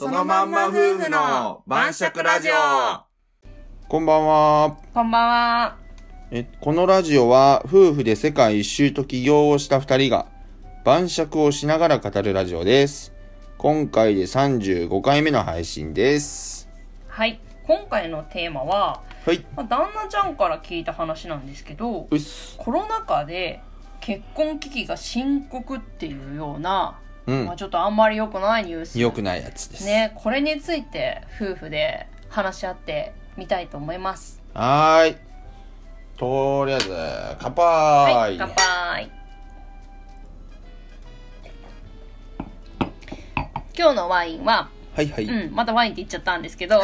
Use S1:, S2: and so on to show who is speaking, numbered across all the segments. S1: のまんま夫婦の晩酌ラジオ
S2: こんばんは。
S1: こんばんは。
S2: えこのラジオは夫婦で世界一周と起業をした2人が晩酌をしながら語るラジオです。今回で35回目の配信です。
S1: はい。今回のテーマは、
S2: はい。
S1: まあ、旦那ちゃんから聞いた話なんですけど、
S2: うっす。
S1: コロナ禍で結婚危機が深刻っていうような、
S2: う
S1: まあ、
S2: ん。
S1: ちょっとあんまり良くないニュース。
S2: 良くないやつです。。
S1: ね、これについて夫婦で話し合ってみたいと思います。
S2: はーい。とりあえず、乾杯、
S1: はい、乾杯。今日のワインは、
S2: はいはい。
S1: うん、またワインって言っちゃったんです けど、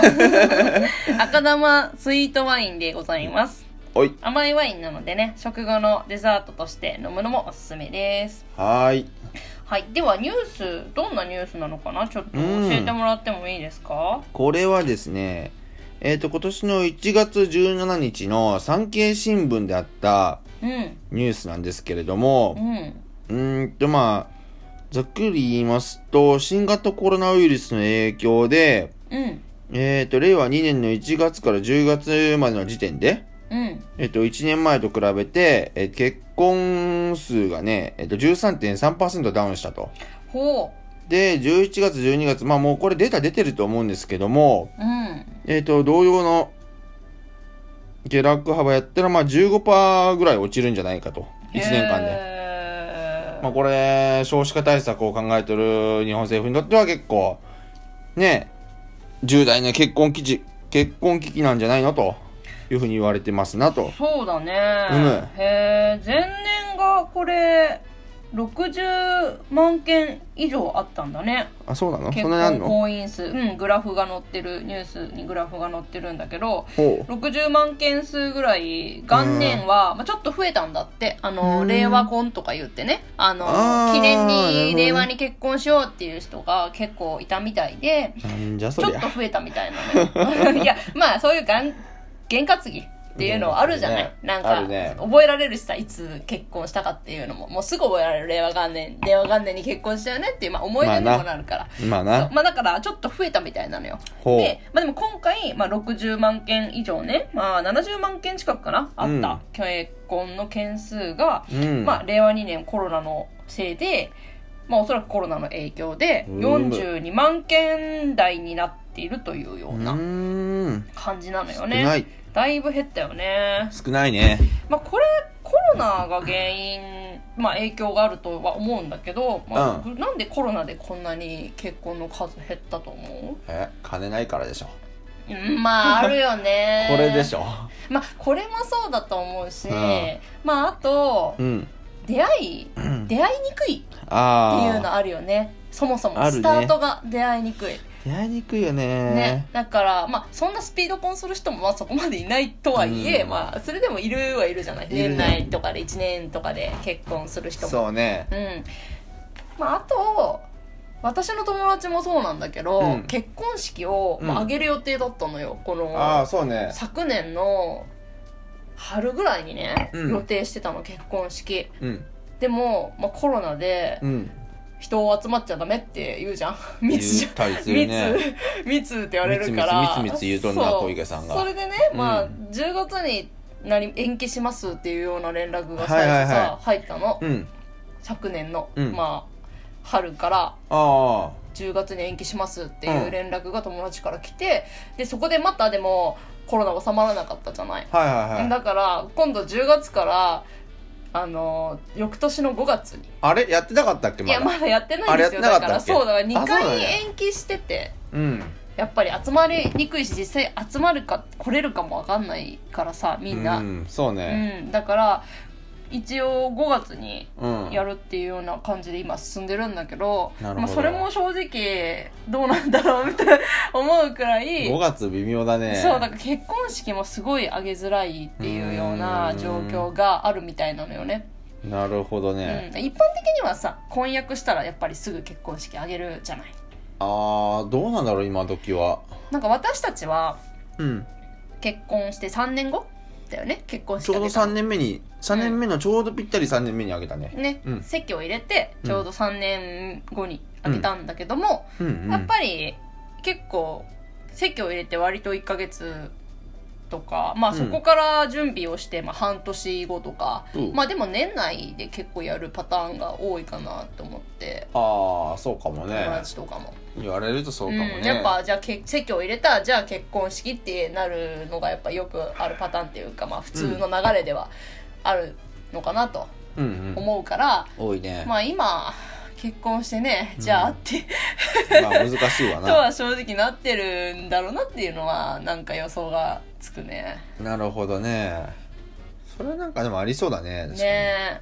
S1: 赤玉スイートワインでございます。
S2: おい。
S1: 甘いワインなのでね、食後のデザートとして飲むのもおすすめです。
S2: はーい。
S1: はい、ではニュース、どんなニュースなのかなちょっと教
S2: うん
S1: えてもらってもいいですか、
S2: これはですね、えっ、と、今年の1月17日の産経新聞であった
S1: うん、
S2: ニュースなんですけれども
S1: う、ん、
S2: うーんとまあ、ざっくり言いますと、新型コロナウイルスの影響で、
S1: うん、
S2: えっ、と、令和2年の1月から10月までの時点で、
S1: うん、
S2: えっ、と、1年前と比べて、えー結婚数がね、えっ、と、13.3%ダウンしたと。
S1: ほ
S2: で、11月、12月、まあもうこれデータ出てると思うんですけども、
S1: う、うん、
S2: えっ、と、同様の下落幅やったら、まあ15%ぐらい落ちるんじゃないかと。1年間で。
S1: へー
S2: まあ、これ少子化対策を考えてる日本政府にとっては結構ね重大な結婚危機結婚危機なんじゃないのというふうに言われてますなと
S1: そうだね。
S2: うむ
S1: へえ、前年がこれ、60万件以上あったんだね。
S2: あそうなの
S1: 結
S2: そんなにあん
S1: 婚
S2: の
S1: 婚姻数、うん、グラフが載ってる、ニュースにグラフが載ってるんだけど、
S2: ほ
S1: 60万件数ぐらい元年は、まあ、ちょっと増えたんだってあ
S2: う
S1: の
S2: ん
S1: 令和婚とか言ってねあの
S2: あー
S1: 記念
S2: なるほど
S1: に
S2: ね
S1: 令和に結婚しようっていう人が結構いたみたいで
S2: うなんじゃそ
S1: ちょ
S2: り
S1: っ
S2: ゃ
S1: と増えたみたいなね いやまあそういうがん験担ぎっていうのはあるじゃない、
S2: ね
S1: なん
S2: あ
S1: か、
S2: るね
S1: 覚えられるしさいつ結婚したかっていうのももうすぐ覚えられる令和元年令和元年に結婚したよねっていう、まあ、思い出に
S2: まあ
S1: も
S2: な
S1: なるから、
S2: まあ
S1: そう
S2: な
S1: まあだからちょっと増えたみたいなのよ
S2: ほ
S1: で
S2: う,、
S1: まあ、でも今回、まあ、60万件以上ね、まあ、70万件近くかなあった、
S2: うん
S1: 結婚の件数が、
S2: うん
S1: まあ、令和2年コロナのせいで、まあ、おそらくコロナの影響で
S2: うん
S1: 42万件台になっているというよ
S2: う
S1: う
S2: ー
S1: なん感じなのよ
S2: 少
S1: ね、
S2: ない
S1: だいぶ減ったよね、
S2: 少ないね
S1: まあ、これコロナが原因、まあ、影響があるとは思うんだけど、まあなんでコロナでこんなに結婚の数減ったと思
S2: え金ないからでしょ
S1: う、うん、まああるよね
S2: これでしょ
S1: まあこれもそうだと思うし、
S2: うん
S1: まああと
S2: うん
S1: 出会い
S2: うん
S1: 出会いにくいっていう
S2: あ
S1: の
S2: あ
S1: あるよねそもそも、
S2: あるね
S1: スタートが出会いにくい
S2: やりにくいよね
S1: ねだからまあそんなスピード婚する人もまあそこまでいないとはいえ、
S2: うん
S1: まあそれでもいるはいるじゃない
S2: いるね
S1: 年内とかで1年とかで結婚する人も
S2: そうね
S1: うんまああと私の友達もそうなんだけど、
S2: うん
S1: 結婚式を、
S2: う
S1: まあ、
S2: ん
S1: 挙げる予定だったのよこの
S2: ああそうね
S1: 昨年の春ぐらいにね、
S2: うん
S1: 予定してたの結婚式
S2: うん
S1: でも、まあ、コロナで
S2: うん
S1: 人を集まっちゃダメって言うじゃん密じ
S2: 言
S1: ゃん
S2: ったりする
S1: 密
S2: ね
S1: 密って言われるから
S2: 密密密密言うとんな
S1: そう
S2: 小池さんが
S1: それでね、
S2: うん
S1: まあ10月になり延期しますっていうような連絡が最
S2: はい
S1: 初
S2: はい
S1: さ、
S2: は
S1: 入ったの、
S2: うん
S1: 昨年の、
S2: うん
S1: まあ春から
S2: ああ
S1: 10月に延期しますっていう連絡が友達から来て、でそこでまたでもコロナ収まらなかったじゃない
S2: はいはいはい。
S1: だから今度10月からあの翌年の5月に、
S2: あれやってなかったっけ
S1: い
S2: まだ
S1: やまだやってない
S2: あ
S1: んですよ
S2: れや
S1: だ
S2: ってなかっ
S1: か
S2: た
S1: ら
S2: っけ
S1: そうだから2
S2: あそうなん
S1: 回
S2: や
S1: 延期してて
S2: うん。
S1: やっぱり集まりにくいし実際集まるか来れるかも分かんないからさみんな、
S2: う
S1: うん
S2: ん、そうね。
S1: だから一応5月に
S2: うん。
S1: やるっていうような感じで今進んでるんだけど
S2: なるほど
S1: まあ、それも正直どうなんだろうみたいな思うくらい
S2: 5月微妙だね。
S1: そうだから結婚式もすごい上げづらいっていうような状況があるみたいなのよね、
S2: なるほど
S1: うん、
S2: ね。
S1: 一般的にはさ婚約したらやっぱりすぐ結婚式上げるじゃない
S2: ああ、どうなんだろう、今時は。
S1: なんか私たちは
S2: うん。
S1: 結婚して3年後だよね結婚
S2: ちょ
S1: 式
S2: う
S1: あ
S2: ど
S1: げ
S2: 3
S1: たの
S2: 年目に、3年目のちょうどぴったり3年目にあげたね。
S1: ね、
S2: うん
S1: 席を入れてちょうど3年後にあげたんだけども、
S2: うんうん。
S1: やっぱり結構籍を入れて割と1ヶ月とか、まあ、そこから準備をして、まあ、半年後とか、
S2: うん
S1: まあでも年内で結構やるパターンが多いかなと思って
S2: ああそうかもね
S1: 友達とかも、
S2: 言われるとそうかもね、
S1: うん、やっぱじゃあけ籍を入れたじゃあ結婚式ってなるのがやっぱよくあるパターンっていうか、まあ、普通の流れではあるのかなと
S2: うんうん
S1: 思うから、
S2: 多いね、 ま
S1: まあ今結婚してねじゃあって、
S2: あ、難しいわ
S1: と
S2: な
S1: は正直なってるんだろうなっていうのはなんか予想がつくね
S2: なるほどねそれはなんかでもありそうだね確かに
S1: ね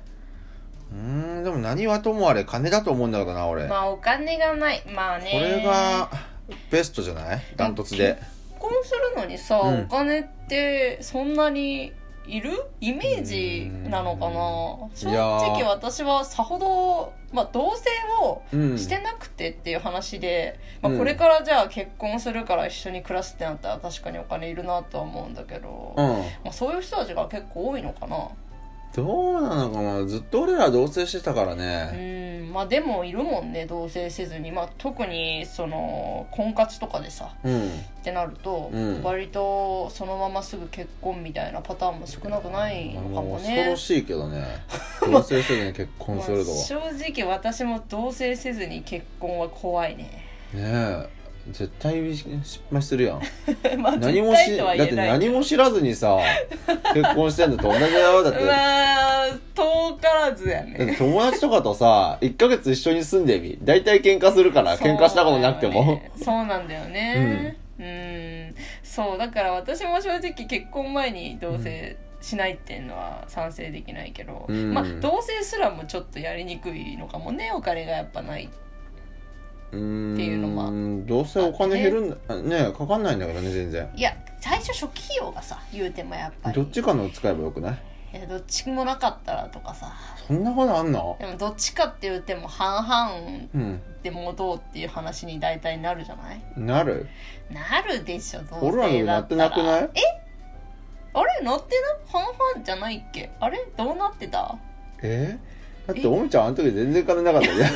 S2: うーんでも何はともあれ金だと思うんだけどな俺、
S1: えまあお金がないまあね
S2: これがベストじゃないダントツで
S1: 結婚するのにさ、
S2: うん
S1: お金ってそんなにいるイメージなのかな正
S2: いやー
S1: 直私はさほど、まあ、同棲を
S2: うん
S1: してなくてっていう話で、ま
S2: うん
S1: あ、これからじゃあ結婚するから一緒に暮らすってなったら確かにお金いるなとは思うんだけど、
S2: う
S1: ま
S2: ん
S1: あ、そういう人たちが結構多いのかな
S2: どうなのかなずっと俺ら同棲してたからね
S1: うんまあでもいるもんね同棲せずに、まあ、特にその婚活とかでさ
S2: うん
S1: ってなると、
S2: うん
S1: 割とそのまますぐ結婚みたいなパターンも少なくないのか
S2: も
S1: も
S2: う恐
S1: ね
S2: ろしいけど ね同棲せずに結婚すると
S1: まあ正直私も同棲せずに結婚は怖いね
S2: ねえ絶対失敗するやん
S1: まあ
S2: 何
S1: 絶
S2: もし
S1: 対とは
S2: だっ
S1: 言
S2: て
S1: えない
S2: 何も知らずにさ結婚してんのと同じだよだって、だ
S1: まあ遠からずや
S2: っ
S1: ね
S2: て友達とかと さ1ヶ月一緒に住んでみ大体喧嘩するから喧嘩したことなくても
S1: そうなんだよねそうなんだよねうんそうだから私も正直結婚前に同棲しないっていうのは賛成できないけど、
S2: うん
S1: まあ同棲すらもちょっとやりにくいのかもねお金がやっぱない
S2: うーん
S1: っていうのも
S2: どうせお金減るんだねえかかんないんだからね全然
S1: いや最初初期費用がさ言うてもやっぱり
S2: どっちかのを使えばよくない
S1: いやどっちもなかったらとかさ
S2: そんなことあんの
S1: でもどっちかって言うても半
S2: うん
S1: 々でもどうっていう話に大体なるじゃない
S2: なる
S1: なるでしょどう
S2: 俺らのなってなくない
S1: えあれなってな半々じゃないっけあれどうなってた
S2: えだっておみちゃんあの時全然金なかったじゃ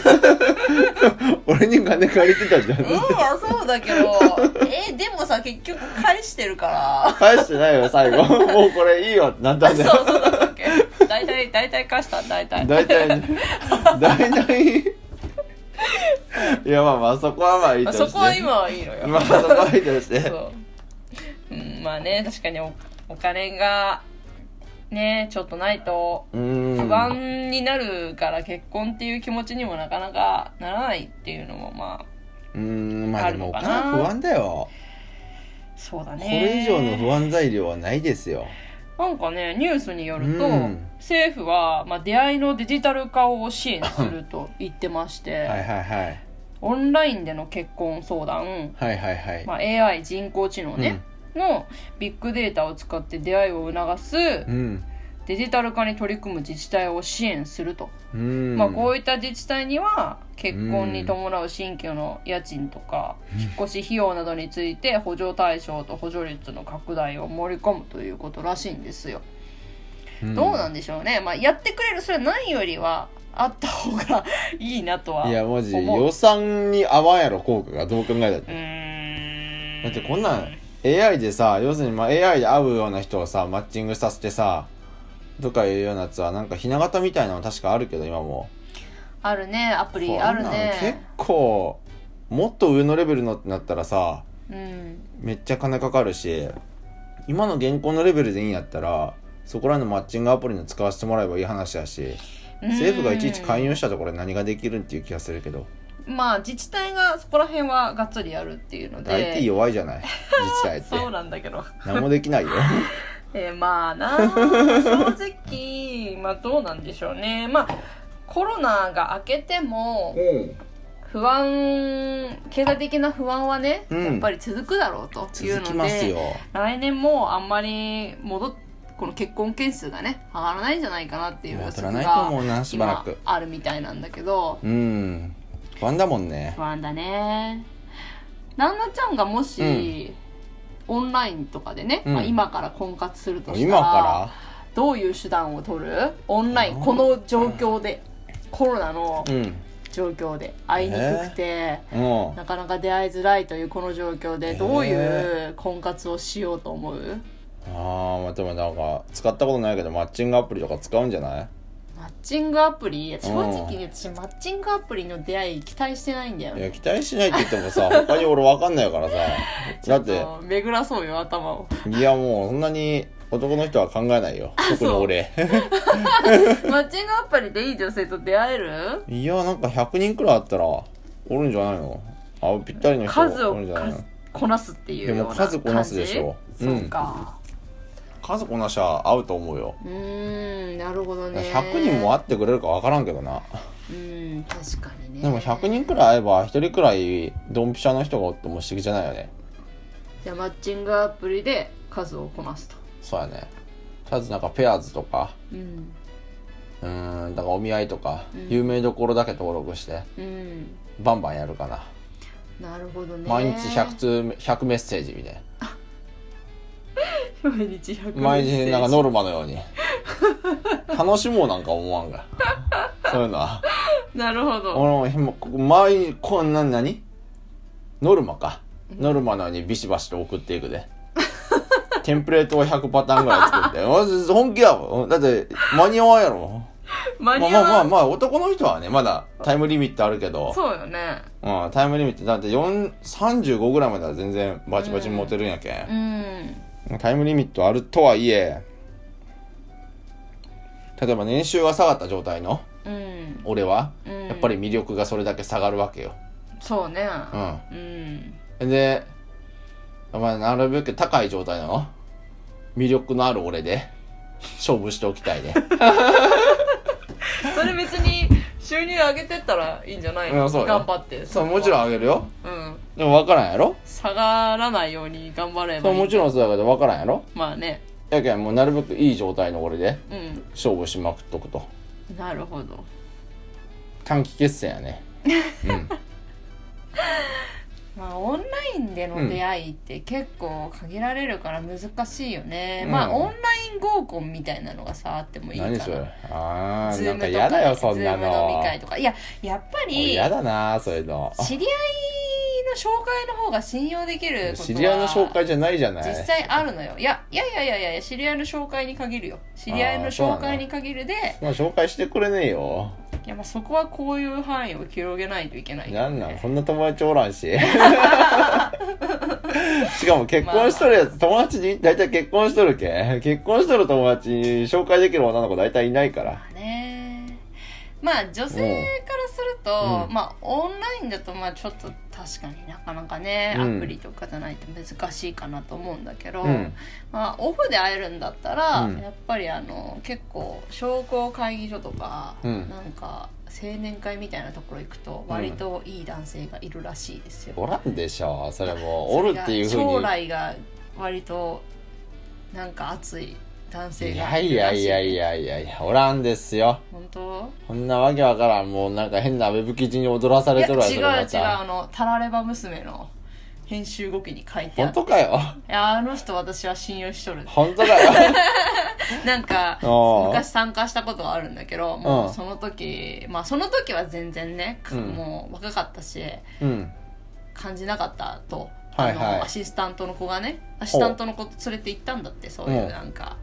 S2: ん 俺に金借りてたじゃ
S1: うん
S2: ん
S1: あそうだけど えでもさ結局返してるから
S2: 返してないよ最後 もうこれいいよってなったん
S1: そ
S2: だ
S1: う
S2: よ
S1: そうだったっけ大体大体返した大体
S2: 大体ね大体いやまあまあそこはまあいいと
S1: あ
S2: して
S1: そこは今はいいのよ
S2: まあそこはいいとして
S1: そう、うん、まあね確かにおお金がねちょっとないと
S2: うーん
S1: 不安になるから結婚っていう気持ちにもなかなかならないっていうのもま
S2: うーんまあでもお金
S1: あるのかな
S2: 不安だよ
S1: あそうだね
S2: これ以上の不安材料はないですよ
S1: なんかねニュースによると、
S2: うん
S1: 政府は、まあ、出会いのデジタル化を支援すると言ってまし
S2: は
S1: て、
S2: いはいはい
S1: オンラインでの結婚相談、
S2: はいはいはい、
S1: まあ、AI 人工知能ね、のビッグデータを使って出会いを促す
S2: うん
S1: デジタル化に取り組む自治体を支援すると、
S2: うん
S1: まあ、こういった自治体には結婚に伴う新居の家賃とか引っ越し費用などについて補助対象と補助率の拡大を盛り込むということらしいんですよ。
S2: うん
S1: どうなんでしょうね、まあ、やってくれるそれはないよりはあった方がいいなとはい
S2: やマジ
S1: 思う
S2: 予算に合わんやろ効果がどう考えたって
S1: うーん
S2: だってこんなん AI でさ要するにまあ AI で会うような人をさマッチングさせてさとかいうようなやつはなんかひな形みたいなの確かあるけど今も
S1: あるねアプ
S2: こ
S1: リ
S2: ん
S1: あ
S2: な
S1: る
S2: の結
S1: ね
S2: 構もっと上のレベルのってなったらさ
S1: うん
S2: めっちゃ金かかるし今の現行のレベルでいいんやったらそこらのマッチングアプリの使わせてもらえばいい話やし政府がいちいち
S1: うん
S2: 勧誘したところで何ができるっていう気がするけど
S1: まあ自治体がそこら辺はがっつりやるっていうので
S2: IT 弱いじゃない自治体って
S1: そうなんだけど
S2: 何もできないよ
S1: えーまあなあ正直まあどうなんでしょうねまあコロナが明けても不安経済的な不安はね、
S2: うん
S1: やっぱり続くだろうという
S2: 続
S1: ので
S2: きますよ
S1: 来年もあんまり戻っこの結婚件数がね上がらないんじゃないかなっていう
S2: も
S1: 予
S2: う取
S1: 測
S2: らないと思
S1: が
S2: うなしばら
S1: 今
S2: く
S1: あるみたいなんだけど
S2: うん不安だもんね
S1: 不安だね旦那ちゃんがもし、オンラインとかでね、
S2: うん
S1: まあ、今から婚活するとした
S2: 今
S1: ら
S2: か
S1: どういう手段を取るオンライ
S2: うん
S1: ンこの状況でコロナの
S2: らうん
S1: 状況で会いにくくて、
S2: うん
S1: なかなか出会いづらいというこの状況
S2: え
S1: で
S2: ー
S1: どういう婚活をしようと思う
S2: ああまあでもなんか使ったことないけどマッチングアプリとか使うんじゃない
S1: マッチングアプリ正直に私マッチングアプリの出会い期待してないんだよ
S2: いや
S1: ね
S2: 期待しないって言ってもさ他に俺わかんないからさだっ
S1: ち
S2: て
S1: ょっと巡らそうよ頭を
S2: いやもうそんなに男の人は考えないよ特に俺
S1: マッチングアプリでいい女性と出会える
S2: いやなんか100人くらいあったらおるんじゃないのあぴったりの人
S1: 数
S2: お
S1: を
S2: るんじゃないの
S1: 数こなすっていうような
S2: でも数こなすでしょ
S1: 感
S2: うん
S1: じそうか
S2: 数こなしゃ合うと思うよ
S1: うーんなるほどね
S2: 100人も会ってくれるかわからんけどな
S1: うん確かにね
S2: でも100人くらい会えば1人くらいドンピシャの人がおっても不思議じゃないよね
S1: じゃあマッチングアプリで数をこなすと
S2: そうやねとりあえずなんかペアーズとか
S1: うん
S2: うーんだからお見合いとか、
S1: うん
S2: 有名どころだけ登録して
S1: うん
S2: バンバンやるかな
S1: なるほどね
S2: 毎日100通100メッセージみたいな
S1: 毎日100
S2: 毎日なんかノルマのよう に楽しもうなんか思わんがそういうのは
S1: なるほど
S2: 俺もひもここ毎日こんなん何ノルマかノルマのようにビシバシと送っていくでテンプレートを100パターンぐらい作ってマジ本気だもんだって間に合わんやろ
S1: 間に
S2: まあまあ
S1: 合
S2: ま
S1: わ
S2: あ
S1: ん
S2: まあ男の人はねまだタイムリミットあるけど
S1: そうよね
S2: うん、タイムリミットだって4 35ぐらいまでは全然バチバチ持てるんやけ、
S1: うんん
S2: タイムリミットあるとはいえ例えば年収が下がった状態の
S1: うん
S2: 俺は、
S1: うん
S2: やっぱり魅力がそれだけ下がるわけよ、
S1: そうね
S2: うん、
S1: うん
S2: で、まあ、なるべく高い状態なの魅力のある俺で勝負しておきたい ね
S1: それ別に収入上げてったらいいんじゃない
S2: うん
S1: の
S2: そうよ
S1: 頑張って
S2: そうもちろ
S1: ん
S2: んあげるよ
S1: うん
S2: でも分からんやろ
S1: 下がらないように頑張れば
S2: そう
S1: いい
S2: もちろんそうだけど分からんやろ
S1: まあね
S2: やけんもうなるべくいい状態の俺で
S1: うん
S2: 勝負しまくっとくと
S1: なるほど
S2: 短期決戦やね
S1: まあ、オンラインでの出会いって結構限られるから難しいよね、
S2: うん
S1: まあオンライン合コンみたいなのがさあってもいいか
S2: 何
S1: な
S2: それああ
S1: ズ
S2: な
S1: ー
S2: ん
S1: ム
S2: か
S1: と
S2: 嫌だよそんな
S1: ズーム飲
S2: の
S1: み会とかいややっぱ
S2: 俺
S1: り
S2: 嫌だなそういうの
S1: 知り合いの紹介の方が信用できることは
S2: 知り合いの紹介じゃないじゃない
S1: 実際あるのよいやいやいやいやいや知り合いの紹介に限るよ知り合いの紹介に限るで
S2: まあ紹介してくれねえよ
S1: いやまあそこはこういう範囲を広げないといけないよね
S2: なんなんそんな友達おらんし しかも結婚しとるやつ友達に大体結婚しとるけ結婚しとる友達に紹介できる女の子大体いないから
S1: ねまあ女性からすると、
S2: うん
S1: まあオンラインだとまあちょっと確かになかなかね、
S2: うん
S1: アプリとかじゃないと難しいかなと思うんだけど、
S2: うん
S1: まあオフで会えるんだったら、
S2: うん
S1: やっぱりあの結構商工会議所とか、
S2: うん
S1: なんか青年会みたいなところ行くと割といい男性がいるらしいですよ。
S2: おらんでしょそれもうおるっていうふ
S1: それが将
S2: うに
S1: 来が割となんか熱い男性
S2: い
S1: が
S2: や
S1: い
S2: い
S1: るら
S2: や
S1: しい、
S2: いやいやいやいやおらんですよ
S1: 本当
S2: こんなわけわからんもうなんか変なウェブ記事に踊らさ
S1: い
S2: れ
S1: や
S2: とるわ
S1: 違う違う
S2: また
S1: あのタラレバ娘の編集後期に書いて
S2: 本
S1: あるい
S2: 当かよ
S1: やあの人私は信用しとる
S2: 本当だ よ
S1: なんか
S2: ああ
S1: 昔参加したことはあるんだけど
S2: ああ
S1: もうその時まあその時は全然ね、か
S2: うん
S1: もう若かったし
S2: うん
S1: 感じなかったと、
S2: はいはい
S1: あのアシスタントの子がねアシスタントの子連れて行ったんだってそういうなんか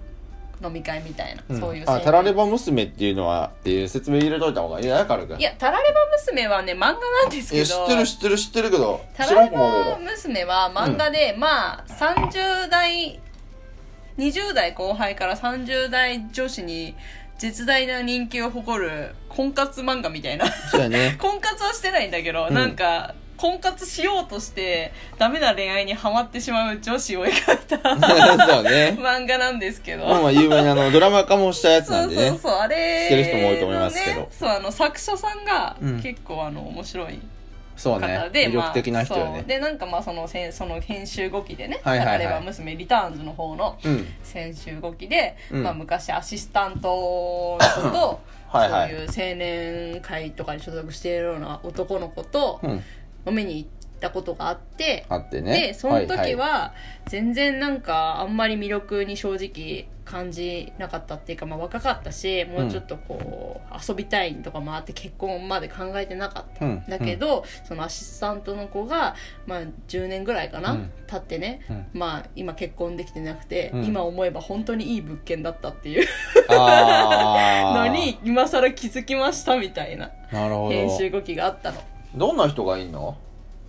S1: 飲み会みたいな、そういう
S2: あ
S1: 青
S2: タラレ
S1: 年
S2: バ娘っていうのはっていう説明入れといた方がいいや軽く
S1: いやタラレバ娘はね漫画なんです
S2: いや
S1: けど
S2: 知ってる知ってる知ってるけど
S1: タ
S2: 知
S1: ラ
S2: らん
S1: レ
S2: かも
S1: バ娘は漫画で、まあ30代20代後輩から30代女子に絶大な人気を誇る婚活漫画みたいな
S2: そうやね
S1: 婚活はしてないんだけど、
S2: うん
S1: なんか婚活しようとしてダメな恋愛にハマってしまう女子を描いた
S2: そうね。
S1: 漫画なんですけど、
S2: まあまあ有名なあのドラマ化もしたやつなん
S1: そう
S2: で
S1: そう
S2: ね。
S1: そうあれ
S2: 知ってる人も多いと思いますけど
S1: のねそうあの作者さんが
S2: うん
S1: 結構あの面白い
S2: そう
S1: 方
S2: ね。
S1: で、
S2: 魅
S1: まあ
S2: 力的な人よ
S1: そう
S2: ね。
S1: でなんかまあそのせんその編集後期でね「
S2: はいはいはい
S1: だからレバ娘リターンズ」の方の
S2: うん。
S1: 編集後期で、
S2: うん
S1: まあ、昔アシスタントの子と
S2: はいはい
S1: そういう青年会とかに所属しているような男の子と
S2: うん。
S1: 飲みにったことがあって、
S2: あってね
S1: でその時
S2: い い
S1: は全然なんかあんまり魅力に正直感じなかったっていうか、まあ、若かったしもうちょっとこう、遊びたいとかもあって結婚まで考えてなかった、
S2: うん
S1: だけど、そのアシスタントの子が、まあ、10年ぐらいかな、
S2: うん
S1: 経ってね、
S2: うん
S1: まあ、今結婚できてなくて、
S2: うん
S1: 今思えば本当にいい物件だったっていう
S2: あ
S1: の
S2: ー
S1: に今更気づきましたみたいな
S2: なるほ
S1: 編集
S2: ど
S1: 動きがあったの。
S2: どんな人がいいの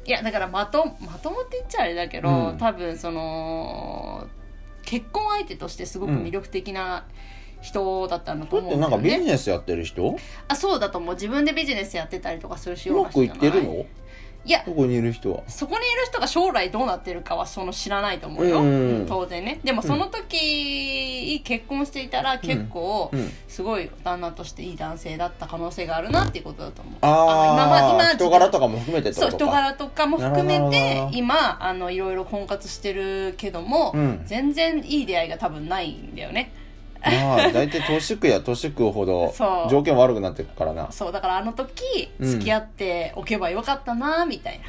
S1: いやだからまとまともって言っちゃあれだけど、
S2: うん
S1: 多分その結婚相手としてすごく魅力的な人だったんだと
S2: だっ
S1: 思
S2: て
S1: うんだ
S2: なん
S1: よ
S2: かビジ
S1: ね。
S2: ネスやってる人
S1: あそうだと思う自分でビジネスやってたりとかするし
S2: うまくいってるの
S1: いや
S2: どこにいる人は
S1: そこにいる人が将来どうなってるかはその知らないと思うよ、
S2: うん
S1: 当然ねでもその時、結婚していたら結構、
S2: うん
S1: すごい旦那としていい男性だった可能性があるなっていうことだと思う
S2: ああ
S1: の今ま今
S2: 人柄とかも含めてってこ
S1: そう
S2: とか
S1: 人柄とかも
S2: な
S1: 含
S2: る
S1: め
S2: ほどなるほ
S1: て
S2: ど
S1: 今あのいろいろ婚活してるけども、
S2: うん
S1: 全然いい出会いが多分ないんだよね
S2: まあ大体年食や年食うほど
S1: そう
S2: 条件悪くなってくからなう
S1: そうだからあの時
S2: うん
S1: 付き合っておけばよかったなみたい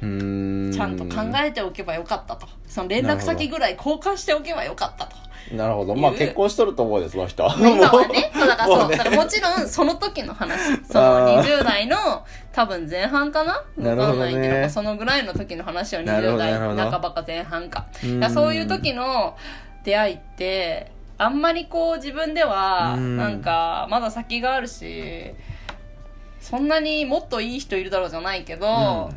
S1: な、
S2: ーん
S1: ちゃんと考えておけばよかったとその連絡先ぐらい交換しておけばよかった と
S2: なるほどまあ
S1: いう
S2: 結婚しとると思うでその 人
S1: まあ今はねそうだから
S2: も
S1: そうう
S2: ね
S1: だからもちろんその時の話その
S2: あー
S1: 20代の多分前半かな
S2: な
S1: わ
S2: るほ
S1: か
S2: どね
S1: んないけど、そのぐらいの時の話を
S2: なるほど
S1: 20代
S2: なるほど
S1: 半ばか前半か
S2: うーん
S1: だからそういう時の出会いってあんまりこう自分では
S2: うん
S1: なんかまだ先があるしそんなにもっといい人いるだろうじゃないけど、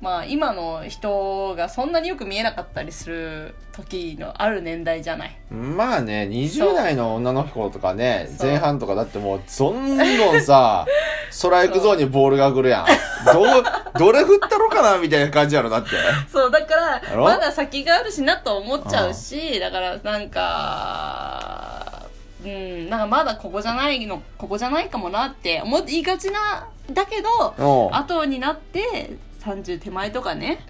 S1: まあ今の人がそんなによく見えなかったりする時のある年代じ ゃない
S2: うんまあね
S1: そ
S2: 20
S1: う
S2: 代の女の子とかね
S1: そう
S2: 前半とかだってもうどんどん さストライクゾーンにボールが来るやんどどれ振ったろかなみたいな感じやろだ って
S1: そうだから
S2: だろ
S1: まだ先があるしなと思っちゃうしだからなんかうんなんかまだここじゃないのここじゃないかもなって思いがちなだけど
S2: うん
S1: 後になって30手前とかね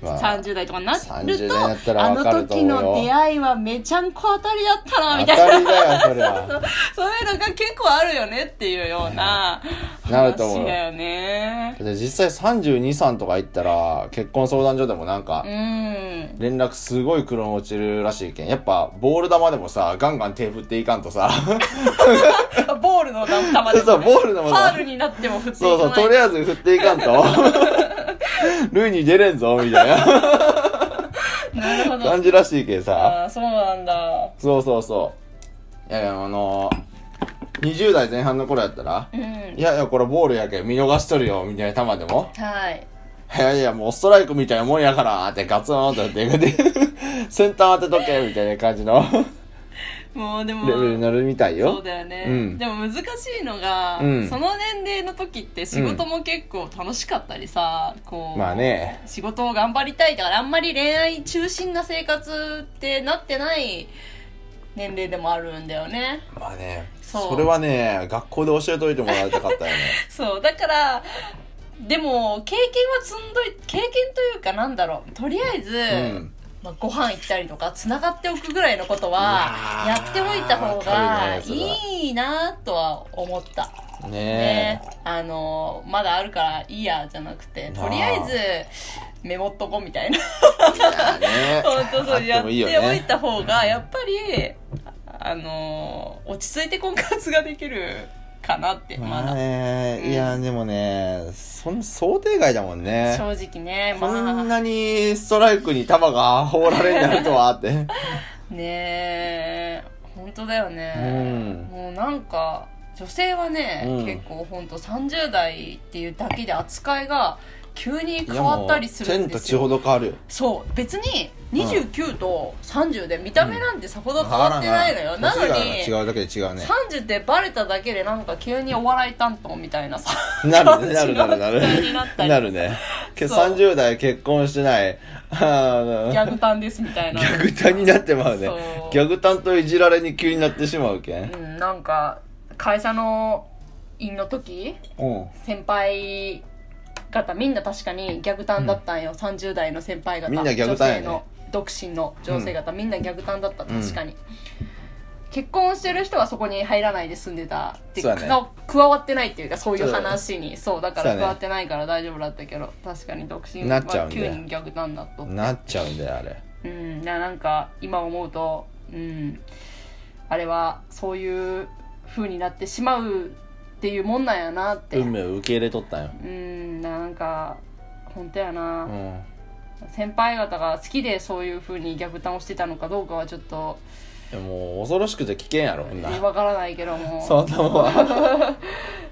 S2: わあ
S1: 30代とかになる
S2: 30
S1: と
S2: 代やったら
S1: あ
S2: わ
S1: の
S2: かると
S1: 時
S2: 思うよ
S1: の出会いはめちゃんこ当たりだったなみ
S2: 当
S1: たいな
S2: たりだよそりゃ
S1: そういうのが結構あるよねっていうような
S2: なると思う
S1: 話だよね。
S2: で実際323とか行ったら結婚相談所でもなんか
S1: うん
S2: 連絡すごい苦労落ちるらしいけんやっぱボール球でもさガンガン手振っていかんとさ
S1: ボールの球でも
S2: そう
S1: ね、
S2: そうボールのも
S1: フ
S2: の
S1: ァールになっても普通
S2: そうそうとりあえず振っていかんと 塁に出れんぞみたい な
S1: なるほど
S2: 感じらしいけんさ
S1: あーそうなんだ
S2: そうそうそういやいやあの20代前半の頃やったら
S1: う
S2: い
S1: ん
S2: やいやこれボールやけん見逃しとるよみたいな球でも
S1: はい
S2: いやいや、もうストライクみたいなもんやからってガツンってやってい くで、先端当てとけみたいな感じの
S1: もうでも
S2: レベルになるみたい
S1: そ
S2: よ
S1: う。だよね、
S2: うん
S1: でも難しいのが、
S2: うん
S1: その年齢の時って仕事も結構楽しかったりさ、こう
S2: まあね。
S1: 仕事を頑張りたいだからあんまり恋愛中心な生活ってなってない年齢でもあるんだよね
S2: まあね。
S1: そう
S2: それはね、学校で教えといてもらいたかったよね。
S1: そうだからでも経験は積んどい経験というかなんだ ろうとりあえず、
S2: うん
S1: まあ、ご飯行ったりとかつながっておくぐらいのことは
S2: うわ
S1: や
S2: ー
S1: っておいた方
S2: わかる
S1: が
S2: ねそれはい
S1: いなとは思った、ね
S2: ね
S1: あのまだあるからいいやじゃなくて
S2: なあ
S1: とりあえずメモっとこうみたい な
S2: え。いやね
S1: 本当
S2: あ
S1: そうや
S2: て
S1: っ
S2: も
S1: て
S2: いいよ
S1: おい
S2: ね。
S1: た方がやっぱりあの落ち着いて婚活ができるかなってま
S2: ま
S1: だ
S2: あ
S1: うん
S2: ね、いや、でもね、そん想定外だもんね。
S1: 正直ね
S2: こん
S1: まあ
S2: なにストライクに球が放られになるとは って。
S1: ねえ本当だよね、
S2: うん
S1: もうなんか女性はね、
S2: うん
S1: 結構本当30代っていうだけで扱いが急に変わったりするん
S2: 天
S1: で
S2: と
S1: す
S2: 地ほ
S1: よ
S2: ど変わるよ。
S1: そう別に29と30で見た目なんてさほど変わってないのよ、なの
S2: 年が
S1: に
S2: 違うだけで違うね。
S1: 30ってバレただけでなんか急にお笑い担当みたいなさ
S2: なるね、なるなるな
S1: うちの普通になった
S2: る。
S1: り
S2: なるね。け
S1: そう
S2: 30代結婚してない、あの、
S1: ギャグ担ですみたいな
S2: ギャグ担になってまうね
S1: そう。
S2: ギャグ担といじられに急になってしまうけん。うん。
S1: うんなんか会社の院の時先輩方みんな確かにギャグタンだったんよ、30代の先輩方
S2: みんなギャグタンやね
S1: 女性の独身の女性方、みんなギャグタンだった確かに、結婚してる人はそこに入らないで住んでたって
S2: そうやね
S1: か加わってないっていうかそういう
S2: そうだね
S1: 話にそうだ
S2: そ
S1: か
S2: う
S1: ら
S2: やね
S1: 加わってないから大丈夫だったけど確かに独身
S2: な
S1: は
S2: っちゃうんだよ
S1: 9人逆なんだと
S2: なっちゃうんだよあれ
S1: うんいやなんか今思うとうんあれはそういう風になってしまうっていうもんなんやなって
S2: 運命を受け入れとったんよ
S1: うんなんか本当やな、
S2: うん
S1: 先輩方が好きでそういう風に逆タンをしてたのかどうかはちょっと
S2: いやもう恐ろしくて危険やろこんな
S1: わからないけども
S2: そんなもんは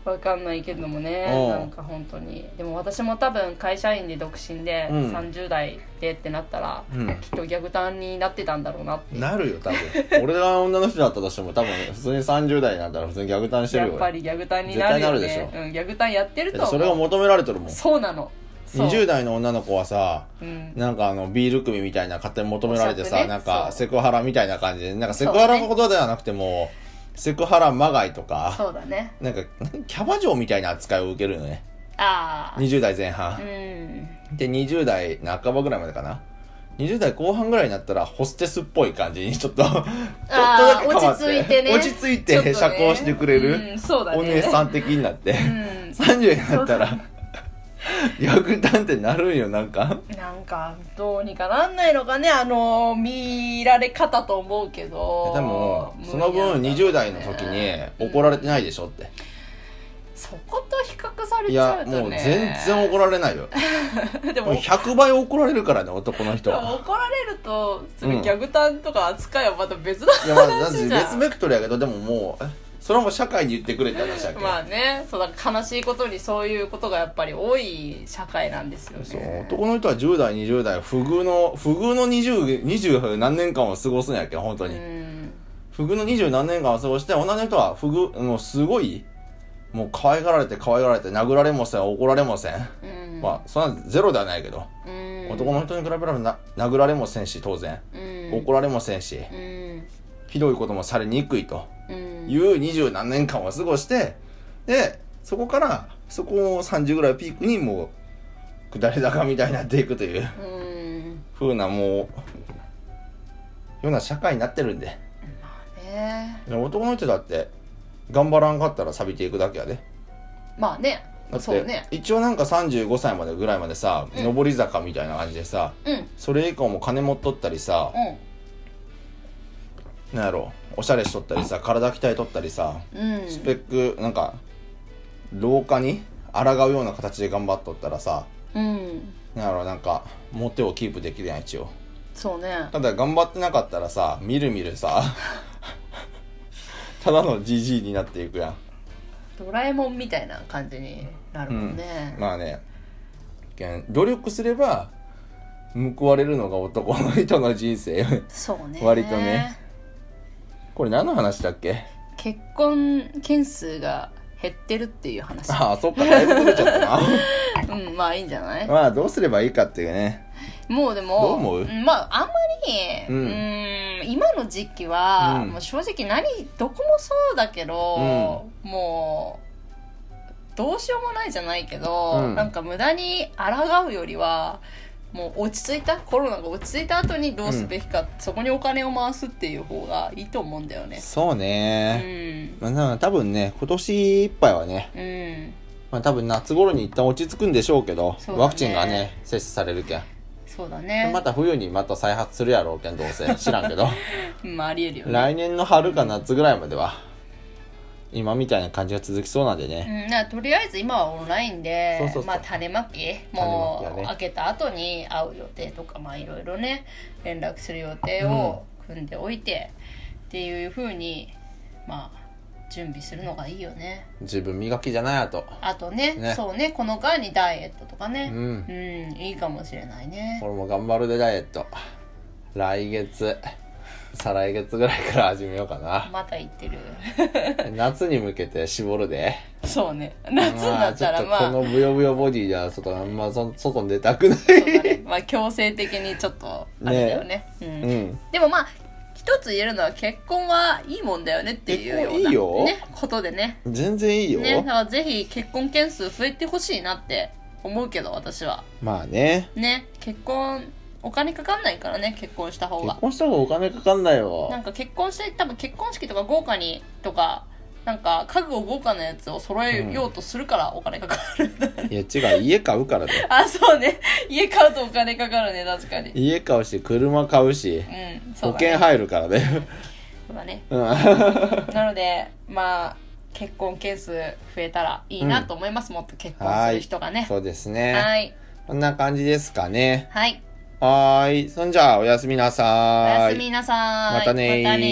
S1: わかんないけどもね
S2: うん
S1: なんか本当にでも私も多分会社員で独身で、
S2: うん
S1: 30代でってなったら、
S2: うん
S1: きっと逆タンになってたんだろうなって
S2: なるよ多分 俺が女の人だったとしても多分普通に30代になったら普通に逆転してる
S1: やっ
S2: よ
S1: ぱり逆タンになるよね
S2: 絶対なるでし
S1: うん、逆タンやってると
S2: だって
S1: 思
S2: そうれが求められてるもん
S1: そうなのそう
S2: 20代の女の子はさ
S1: うん、
S2: なんかあのビール組みたいな勝手に求められて
S1: お
S2: さ、
S1: 酌ね
S2: なん
S1: そ
S2: か
S1: う
S2: セクハラみたいな感じでなんかセクハラほどではなくても、セクハラまがいとか
S1: そうだね
S2: なんかキャバ嬢みたいな扱いを受けるよね
S1: ああ
S2: 20代前
S1: う
S2: 半、
S1: ん
S2: で20代半ばぐらいまでかな20代後半ぐらいになったらホステスっぽい感じにちょっと ちょっとだけ変わって
S1: 落ち着いてね
S2: 落ち着い
S1: ちょっと
S2: て
S1: ね
S2: 社交してくれる、
S1: うんそうだね
S2: お姉さ
S1: ん、
S2: ん的になって、
S1: うん、
S2: 30になったら逆探ってなるんよなんか
S1: なんかどうにかなんないのかねあの見られ方と思うけど
S2: でもその分
S1: 無理
S2: 20
S1: なん
S2: 代
S1: だろう
S2: の
S1: ね
S2: 時に怒られてないでしょって、
S1: そこと比較され
S2: い
S1: ちゃ
S2: や
S1: うとね
S2: もう全然怒られないよ
S1: で
S2: も
S1: も
S2: う100倍怒られるからね男の人
S1: でも
S2: は
S1: 怒られるとそ
S2: うん
S1: れギャグタンとか扱いはまた別だ、
S2: いやまあなん
S1: 話
S2: て
S1: じゃん
S2: 別ベクトルやけどでももうえそれはもう社会に言ってくれって話だけど、
S1: まあねそうだから悲しいことにそういうことがやっぱり多い社会なんですよね
S2: そう男の人は10代20代不遇の不遇の 20, 20何年間を過ごすんやっけ本当
S1: う
S2: に、
S1: ん
S2: 不遇の20何年間を過ごして女の人は不遇もうすごいもう可愛がられて可愛がられて殴られもせん怒られもせん、
S1: うん
S2: まあそんなゼロではないけど、
S1: うん
S2: 男の人に比べればな殴られもせんし当然、
S1: うん
S2: 怒られもせんし、
S1: うん
S2: ひどいこともされにくいと
S1: うん
S2: いう二十何年間を過ごしてでそこからそこを30ぐらいをピークにもう下り坂みたいになっていくという
S1: うん
S2: ふうなもうような社会になってるんで
S1: まあね
S2: で男の人だって頑張らんかったら錆びていくだけやで
S1: まあね
S2: だっ
S1: そう
S2: て、
S1: ね
S2: 一応なんか35歳までぐらいまでさ、上り坂みたいな感じでさ
S1: うんうん
S2: それ以降も金持っとったりさ、なんやろおしゃれしとったりさ体鍛えとったりさ
S1: うん
S2: スペックなんか老化に抗うような形で頑張っとったらさ
S1: うん
S2: なんやろなんかモテをキープできるやん一応
S1: そうね
S2: ただ頑張ってなかったらさみるみるさ ただのジジイになっていくやん
S1: ドラえもんみたいな感じになるもんね、
S2: まあねけん努力すれば報われるのが男の人の人生 よね
S1: そうね
S2: 割とねこれ何の話だっけ
S1: 結婚件数が減ってるってい う話
S2: ああそっかだいぶ取れちゃったな
S1: うんまあいいんじゃない
S2: まあどうすればいいかっていうね
S1: もうでも
S2: どう思うん
S1: まああんまり
S2: う
S1: うんん今の時期は、
S2: うん
S1: もう正直何どこもそうだけど、もうどうしようもないじゃないけど、
S2: うん
S1: なんか無駄に抗うよりはもう落ち着いたコロナが落ち着いた後にどうすべきか、そこにお金を回すっていう方がいいと思うんだよね。
S2: そう
S1: う
S2: ね、
S1: ん
S2: まあな多分ね今年いっぱいはね
S1: うん
S2: まあ多分夏頃に一旦落ち着くんでしょうけど
S1: そうだね
S2: ワクチンがね接種されるけん
S1: そうだね。
S2: また冬にまた再発するやろうけんどうせ知らんけ ど
S1: うん、ありえるよね。
S2: 来年の春か夏ぐらいまでは今みたいな感じが続きそうなんでね、
S1: うん、なとりあえず今はオンラインで
S2: そうそうそう
S1: まあ、種まき
S2: 種ま
S1: も
S2: き
S1: う、
S2: やね
S1: 開けた後に会う予定とかまあいろいろね連絡する予定を組んでおいて、っていうふうにまあ準備するのがいいよね
S2: 自分磨きじゃないやと
S1: あとね
S2: ね
S1: そうねこの間にダイエットとかね
S2: うん
S1: んいいかもしれないね
S2: 俺も頑張るでダイエット来月再来月ぐらいから始めようか な
S1: また行ってる
S2: 夏に向けて絞るで
S1: そうね夏になったら
S2: まあ
S1: ま
S2: ちょ
S1: あ、
S2: っとこのブヨブヨボディでは外,、まあ、そ外に出たく ない
S1: そうだねまあ強制的にちょっとあれだよねうん
S2: うん
S1: でもまあ一つ言えるのは結婚はいいもんだよねっていうよ
S2: 結
S1: う
S2: 婚
S1: ない
S2: いよ
S1: ね、ことでね
S2: 全然いいよ、
S1: ねだからぜひ結婚件数増えてほしいなって思うけど私は
S2: まあね
S1: ね結婚お金かかんないからね結婚した方が
S2: 結婚した方がお金かかんない
S1: な
S2: わ
S1: んか結婚して多分結婚式とか豪華にとかなんか家具を豪華なやつを揃えようとするからお金かかる んだよね、
S2: いや違う家買うからだよ
S1: あそうね家買うとお金かかるね確かに
S2: 家買うし車買うし
S1: うんそ
S2: 保
S1: うだね
S2: 険入るからだよ
S1: そうだね
S2: うん
S1: なのでまあ結婚件数増えたらいいなと思います、もっと結婚する人がね
S2: そうです
S1: は
S2: ね
S1: い
S2: こんな感じですかね
S1: はい
S2: はーいそんじゃあおやすみなさ
S1: お
S2: ーい
S1: やすみなさーい
S2: またねー
S1: またね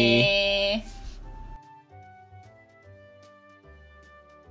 S1: ー